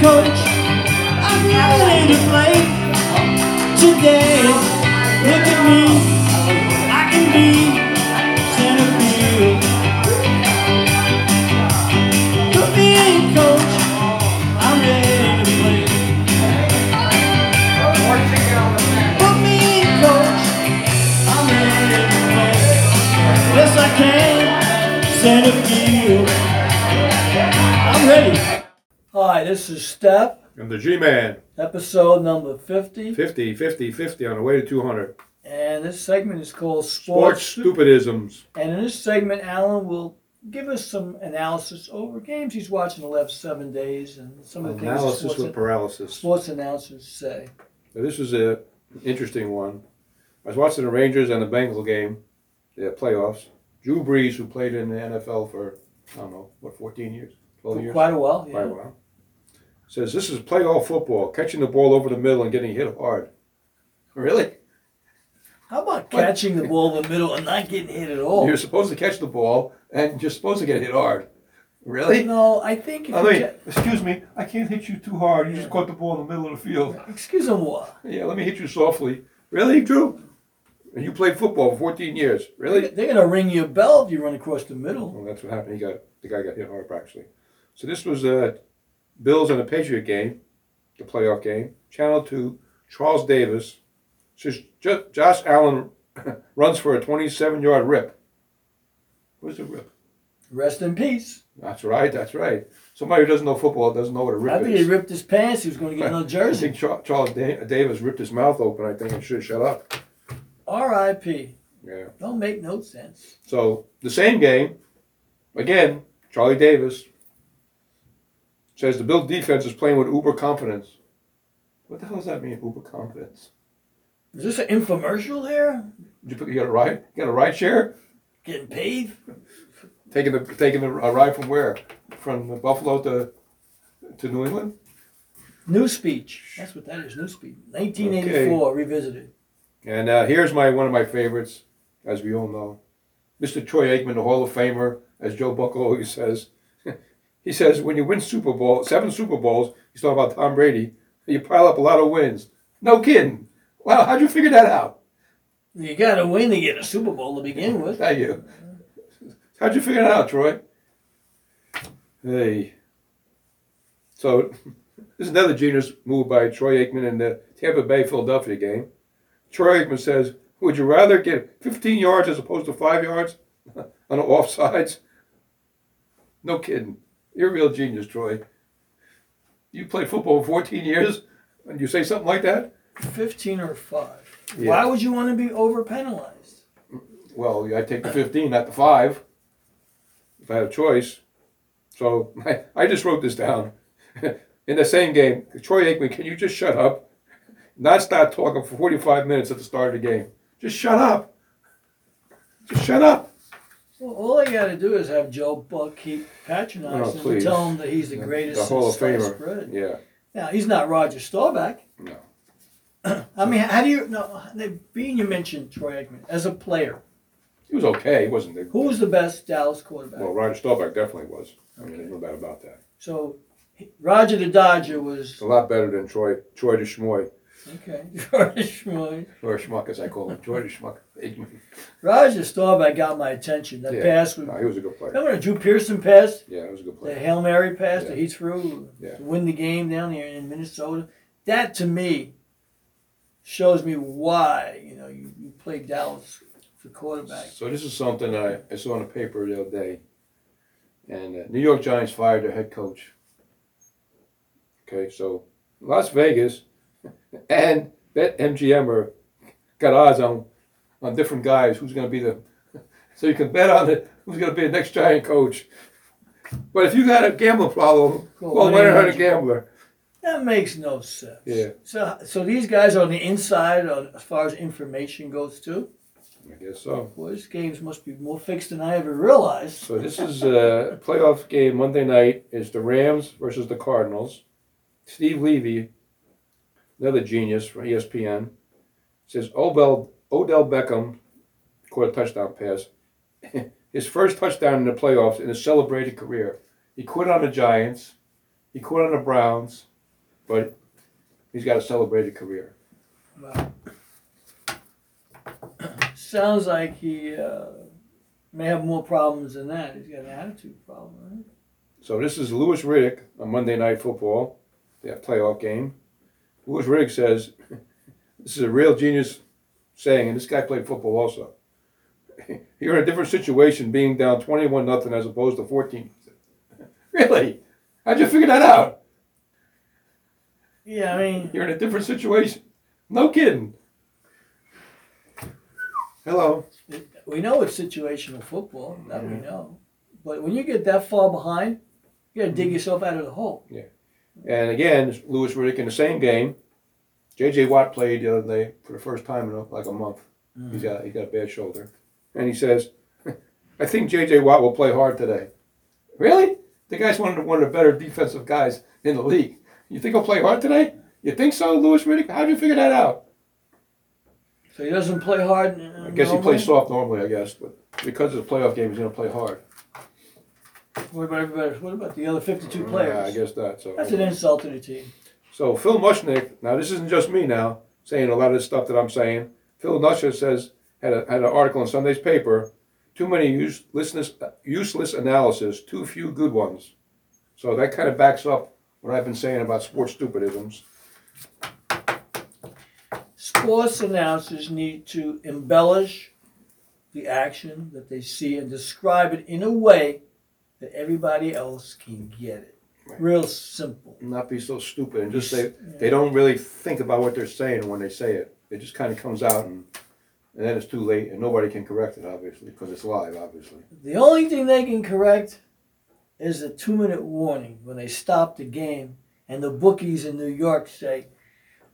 coach. I'm ready to play today. Look at me, I can be center field. Put me in, coach. I'm ready to play. Put me in, coach. I'm ready to play. Yes, I can. Center field. I'm ready. Hi, this is Step, I'm the G-Man. episode number 50, 50, 50, 50 on the way to 200. and this segment is called Sports Sports. stupidisms. And in this segment, Alan will give us some analysis over games he's watching the last seven days and some of the things that Analysis sports, with paralysis. sports announcers say. Now, this was a interesting one. I was watching the Rangers and the Bengal game, their playoffs. Drew Brees, who played in the NFL for, I don't know, what, 14 years? 12 For years? quite a while, Quite a yeah. while. Says, this is playoff football, catching the ball over the middle and getting hit hard. Really? How about catching the ball in the middle and not getting hit at all? You're supposed to catch the ball and you're supposed to get hit hard. Really? No, I think if I you mean, ca- excuse me, I can't hit you too hard. You just caught the ball in the middle of the field. excuse him, what? Yeah, let me hit you softly. Really, Drew? And you played football for 14 years. Really? They're gonna ring you a bell if you run across the middle. Well, that's what happened. He got the guy got hit hard actually. So this was uh, Bills and the Patriot game, the playoff game. Channel Two, Charles Davis. Says "Jo- Josh Allen runs for a 27-yard rip. Where's the rip? Rest in peace. That's right. That's right. Somebody who doesn't know football doesn't know what a rip I is. think he ripped his pants. He was gonna get another I jersey. think Char- Charles da- Davis ripped his mouth open. I think and should have shut up. R.I.P. Yeah. Don't make no sense. So the same game, again, Charlie Davis says the Bill defense is playing with uber confidence. What the hell does that mean, uber confidence? Is this an infomercial here? Did you, put, you got a ride? You got a ride share? Getting paid? Taking the taking the, a ride from where? From Buffalo to to New England? New speech. That's what that is. New speech. 1984 revisited. And uh, here's my one of my favorites, as we all know, Mr. Troy Aikman, the Hall of Famer, as Joe Buck always says. he says when you win Super Bowl, seven Super Bowls, he's talking about Tom Brady. You pile up a lot of wins. No kidding. Wow, how'd you figure that out? You got to win to get a Super Bowl to begin with. Thank you. How'd you figure that out, Troy? Hey. So, this is another genius move by Troy Aikman in the Tampa Bay Philadelphia game. Troy Aikman says, Would you rather get 15 yards as opposed to five yards on the offsides? No kidding. You're a real genius, Troy. You played football for 14 years and you say something like that? 15 or 5. Yeah. Why would you want to be over penalized? Well, I take the 15, not the 5, if I had a choice. So I, I just wrote this down. In the same game, Troy Aikman, can you just shut up? Not start talking for 45 minutes at the start of the game. Just shut up. Just shut up. Well, all I got to do is have Joe Buck keep Oh, patronizing him and please. tell him that he's the greatest the Hall of since sliced Famer. bread. Yeah. Now, he's not Roger Staubach. No. I mean, how do you no, Being you mentioned Troy Aikman as a player, He was okay. He wasn't the, who was the best Dallas quarterback? Well, Roger Staubach definitely was. I mean, there's no doubt about that. so, he- Roger the Dodger was It's a lot better than Troy Troy DeShmoy, okay. George Schmoy. or Schmuck, as I call him. Troy DeShmuck. Aikman. Roger Staubach got my attention. That Yeah. pass was. No, he was a good player. Remember the Drew Pearson pass? Yeah, he was a good The player. Hail Mary pass that Yeah. he threw Yeah. to win the game down there in Minnesota? That to me shows me why, you know, you, you play Dallas for quarterback. So this is something I, I saw in the paper the other day, and uh, New York Giants fired their head coach. Okay, so Las Vegas and that MGM are got odds on on different guys who's going to be the. So you can bet on it who's going to be the next Giant coach. But if you got a gambling problem, Well, well, what do one you hundred mean? gambler. That makes no sense. Yeah. So so these guys are on the inside on, as far as information goes too. I guess so. Boy, this games must be more fixed than I ever realized. So this is a playoff game Monday night. It's the Rams versus the Cardinals. Steve Levy, another genius E from ESPN, says Odell, Odell Beckham caught a touchdown pass. His first touchdown in the playoffs in his celebrated career. He quit on the Giants. He quit on the Browns, but he's got a celebrated career. Wow. Sounds like he uh, may have more problems than that. He's got an attitude problem, right? So this is Lewis Riddick on Monday Night Football, that playoff game. Lewis Riddick says, "This is a real genius saying," and this guy played football also. You're in a different situation being down twenty-one nothing as opposed to fourteen. really? How'd you figure that out? Yeah, I mean, You're in a different situation. No kidding. Hello. we know it's situational football, that we know. But when you get that far behind, you got to Mm-hmm. dig yourself out of the hole. And again, Lewis Riddick in the same game. J.J. Watt played the other day for the first time in uh, like a month. Mm. He's got he got a bad shoulder, and he says, "I think J.J. Watt will play hard today." Really? The guy's one of the, one of the better defensive guys in the league. You think he'll play hard today? You think so, Lewis Riddick? How did you figure that out? So he doesn't play hard. I guess he plays soft normally, I guess, but because of the playoff game, he's going to play hard. What about everybody? What about the other 52 Yeah, I players? guess that. So That's an insult to the team. So Phil Mushnick, now this isn't just me now saying a lot of the stuff that I'm saying. Phil Mushnick says had a, had an article in Sunday's paper. Too many use, listeners, useless analysis, too few good ones. So that kind of backs up what I've been saying about sports stupidisms. Sports announcers need to embellish the action that they see and describe it in a way that everybody else can get it. Real simple. Not be so stupid and just say they don't really think about what they're saying when they say it. It just kind of comes out and, and then it's too late and nobody can correct it, obviously, because it's live, obviously. The only thing they can correct is the two minute warning when they stop the game and the bookies in New York say,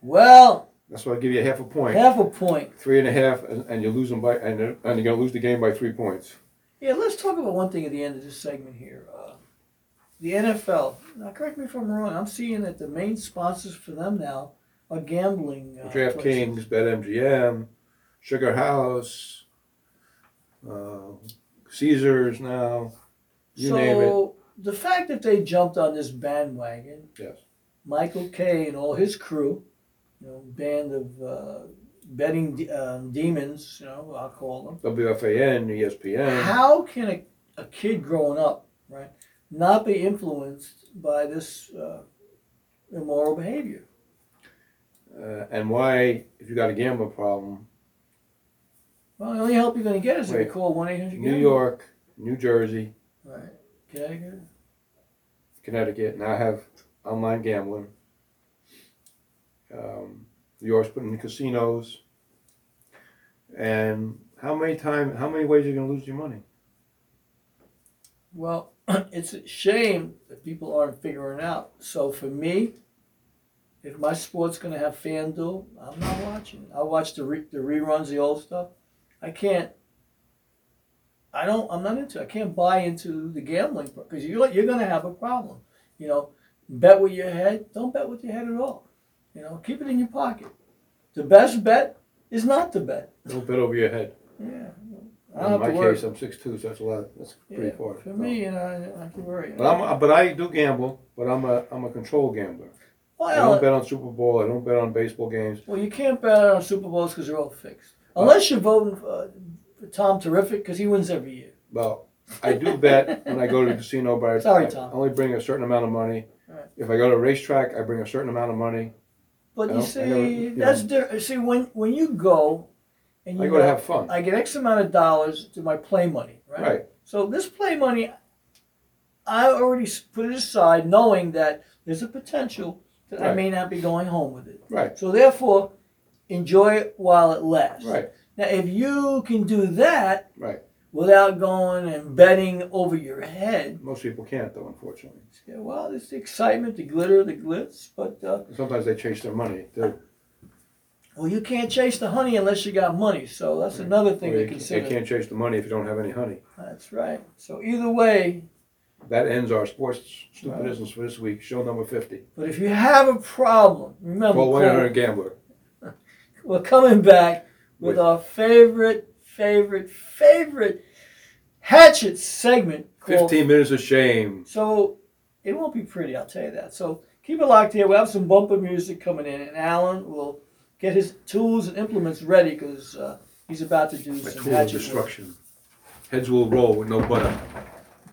well, That's why I give you half a point. half a point. three and a half, and, and you lose them by, and, and you're gonna lose the game by three points. Yeah, let's talk about one thing at the end of this segment here. Uh, the NFL. Now, correct me if I'm wrong. I'm seeing that the main sponsors for them now are gambling. Uh, DraftKings, BetMGM, Sugar House, uh, Caesars now, you so name it. the fact that they jumped on this bandwagon, Yes. Michael Kay and all his crew, you know, band of uh, betting de- um, demons, you know, I'll call them. WFAN, ESPN. How can a, a kid growing up, right, not be influenced by this uh, immoral behavior? Uh, and why, if you got a gambling problem, Well, the only help you're going to get is if Wait. you call 1 800 New York, New Jersey, Right. Connecticut. Connecticut, now have online gambling. Um, New York's putting in casinos. And how many time, how many ways are you gonna lose your money? Well, it's a shame that people aren't figuring out. So for me, if my sport's going to have FanDuel, I'm not watching. I watch the re- the reruns, the old stuff. I can't. I don't. I'm not into. I can't buy into the gambling because you're you're going to have a problem. You know, bet with your head. Don't bet with your head at all. You know, keep it in your pocket. The best bet is not to bet. Don't bet over your head. Yeah. I don't In have my to worry. case, I'm six two, so that's a lot. That's Yeah, pretty far. for me, you know, I, I can worry. But I'm, but I do gamble, but I'm a, I'm a control gambler. I Well, uh, don't bet on Super Bowl, I don't bet on baseball games. Well, you can't bet on Super Bowls because they're all fixed. Unless you're voting for uh, Tom Terrific because he wins every year. Well, I do bet when I go to the casino, but I- Sorry, I Tom. only bring a certain amount of money. Alright. If I go to a racetrack, I bring a certain amount of money. But you I don't- I see, don't- you that's different. See, when when you go and you I go to have fun. I get X amount of dollars to my play money, right? Right. So this play money, I already s- put it aside, knowing that there's a potential that I Right. may not be going home with it. Right. So therefore, enjoy it while it lasts. Right. Now, if you can do that Right. without going and betting over your head. Most people can't though, unfortunately. Yeah, well, it's the excitement, the glitter, the glitz, but uh, Sometimes they chase their money too. well, you can't chase the honey unless you got money. So that's another thing Or to you can't- They consider. can't chase the money if you don't have any honey. That's right. So either way, That ends our sports stupidisms for this week, show number fifty. but if you have a problem, remember, Well, one Cole, hundred gambler. we're coming back with Wait. our favorite, favorite, favorite hatchet segment. Called, Fifteen minutes of shame. So it won't be pretty, I'll tell you that. So keep it locked here. We'll have some bumper music coming in, and Alan will get his tools and implements ready because uh, he's about to do My some tool of magic. work. destruction. Heads will roll with no butter.